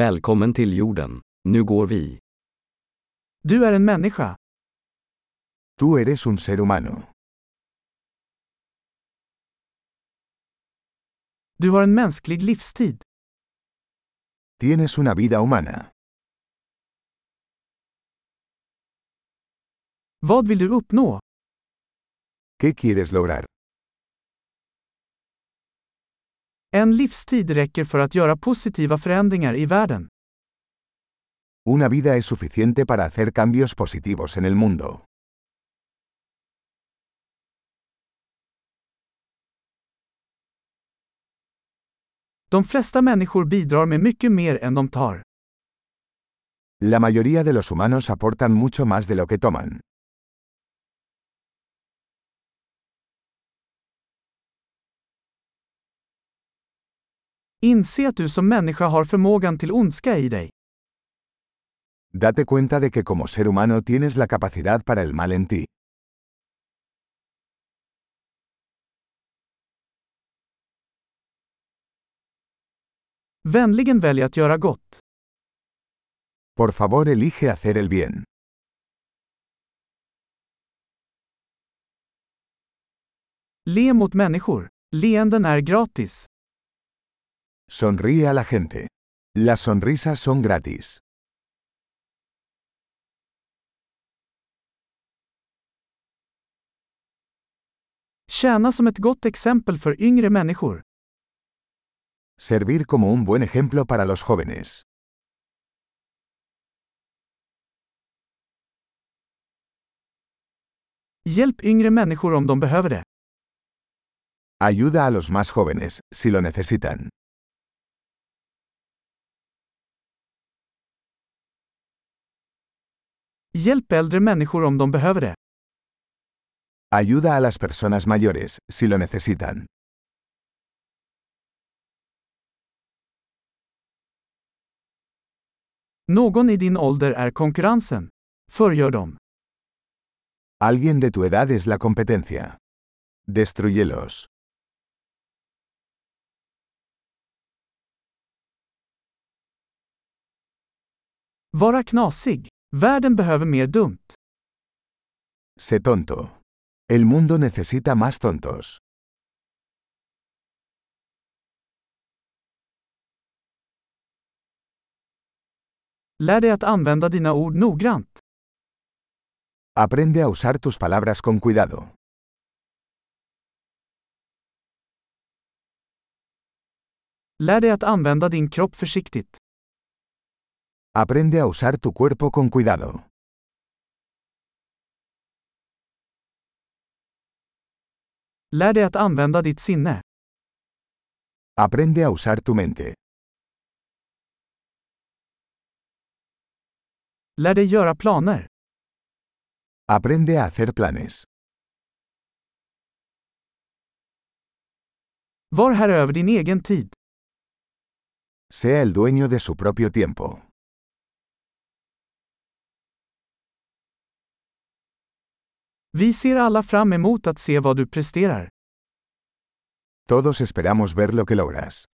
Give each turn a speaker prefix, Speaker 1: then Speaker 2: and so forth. Speaker 1: Välkommen till jorden. Nu går vi.
Speaker 2: Du är en människa.
Speaker 3: Tú eres un ser humano.
Speaker 2: Du har en mänsklig livstid.
Speaker 3: Tienes una vida humana.
Speaker 2: Vad vill du uppnå?
Speaker 3: ¿Qué quieres lograr?
Speaker 2: En livstid räcker för att göra positiva förändringar i världen.
Speaker 3: Una vida es suficiente para hacer cambios positivos en el mundo.
Speaker 2: De flesta människor bidrar med mycket mer än de tar.
Speaker 3: La mayoría de los humanos aportan mucho más de lo que toman.
Speaker 2: Inse att du som människa har förmågan till ondska i dig.
Speaker 3: Date cuenta de que como ser humano tienes la capacidad para el mal en ti.
Speaker 2: Vänligen välj att göra gott.
Speaker 3: Por favor, elige hacer el bien.
Speaker 2: Le mot människor. Leenden är gratis.
Speaker 3: Sonríe a la gente. Las sonrisas son gratis.
Speaker 2: Tjäna som ett gott exempel för yngre människor.
Speaker 3: Servir como un buen ejemplo para los jóvenes.
Speaker 2: Hjälp yngre människor om de behöver det.
Speaker 3: Ayuda a los más jóvenes, si lo necesitan.
Speaker 2: Hjälp äldre människor om de behöver det.
Speaker 3: Ayuda a las personas mayores, si lo necesitan.
Speaker 2: Någon i din ålder är konkurrensen. Förgör dem.
Speaker 3: Alguien de tu edad es la competencia. Destruyelos.
Speaker 2: Vara knasig. Världen behöver mer dumt.
Speaker 3: Sé tonto. El mundo necesita más tontos.
Speaker 2: Lär dig att använda dina ord noggrant.
Speaker 3: Aprende a usar tus palabras con cuidado.
Speaker 2: Lär dig att använda din kropp försiktigt.
Speaker 3: Aprende a usar tu cuerpo con cuidado.
Speaker 2: Lär dig att använda ditt sinne.
Speaker 3: Aprende a usar tu mente.
Speaker 2: Lär dig göra planer.
Speaker 3: Aprende a hacer planes.
Speaker 2: Var här över din egen tid.
Speaker 3: Sea el dueño de su propio tiempo.
Speaker 2: Vi ser alla fram emot att se vad du presterar.
Speaker 3: Todos esperamos ver lo que logras.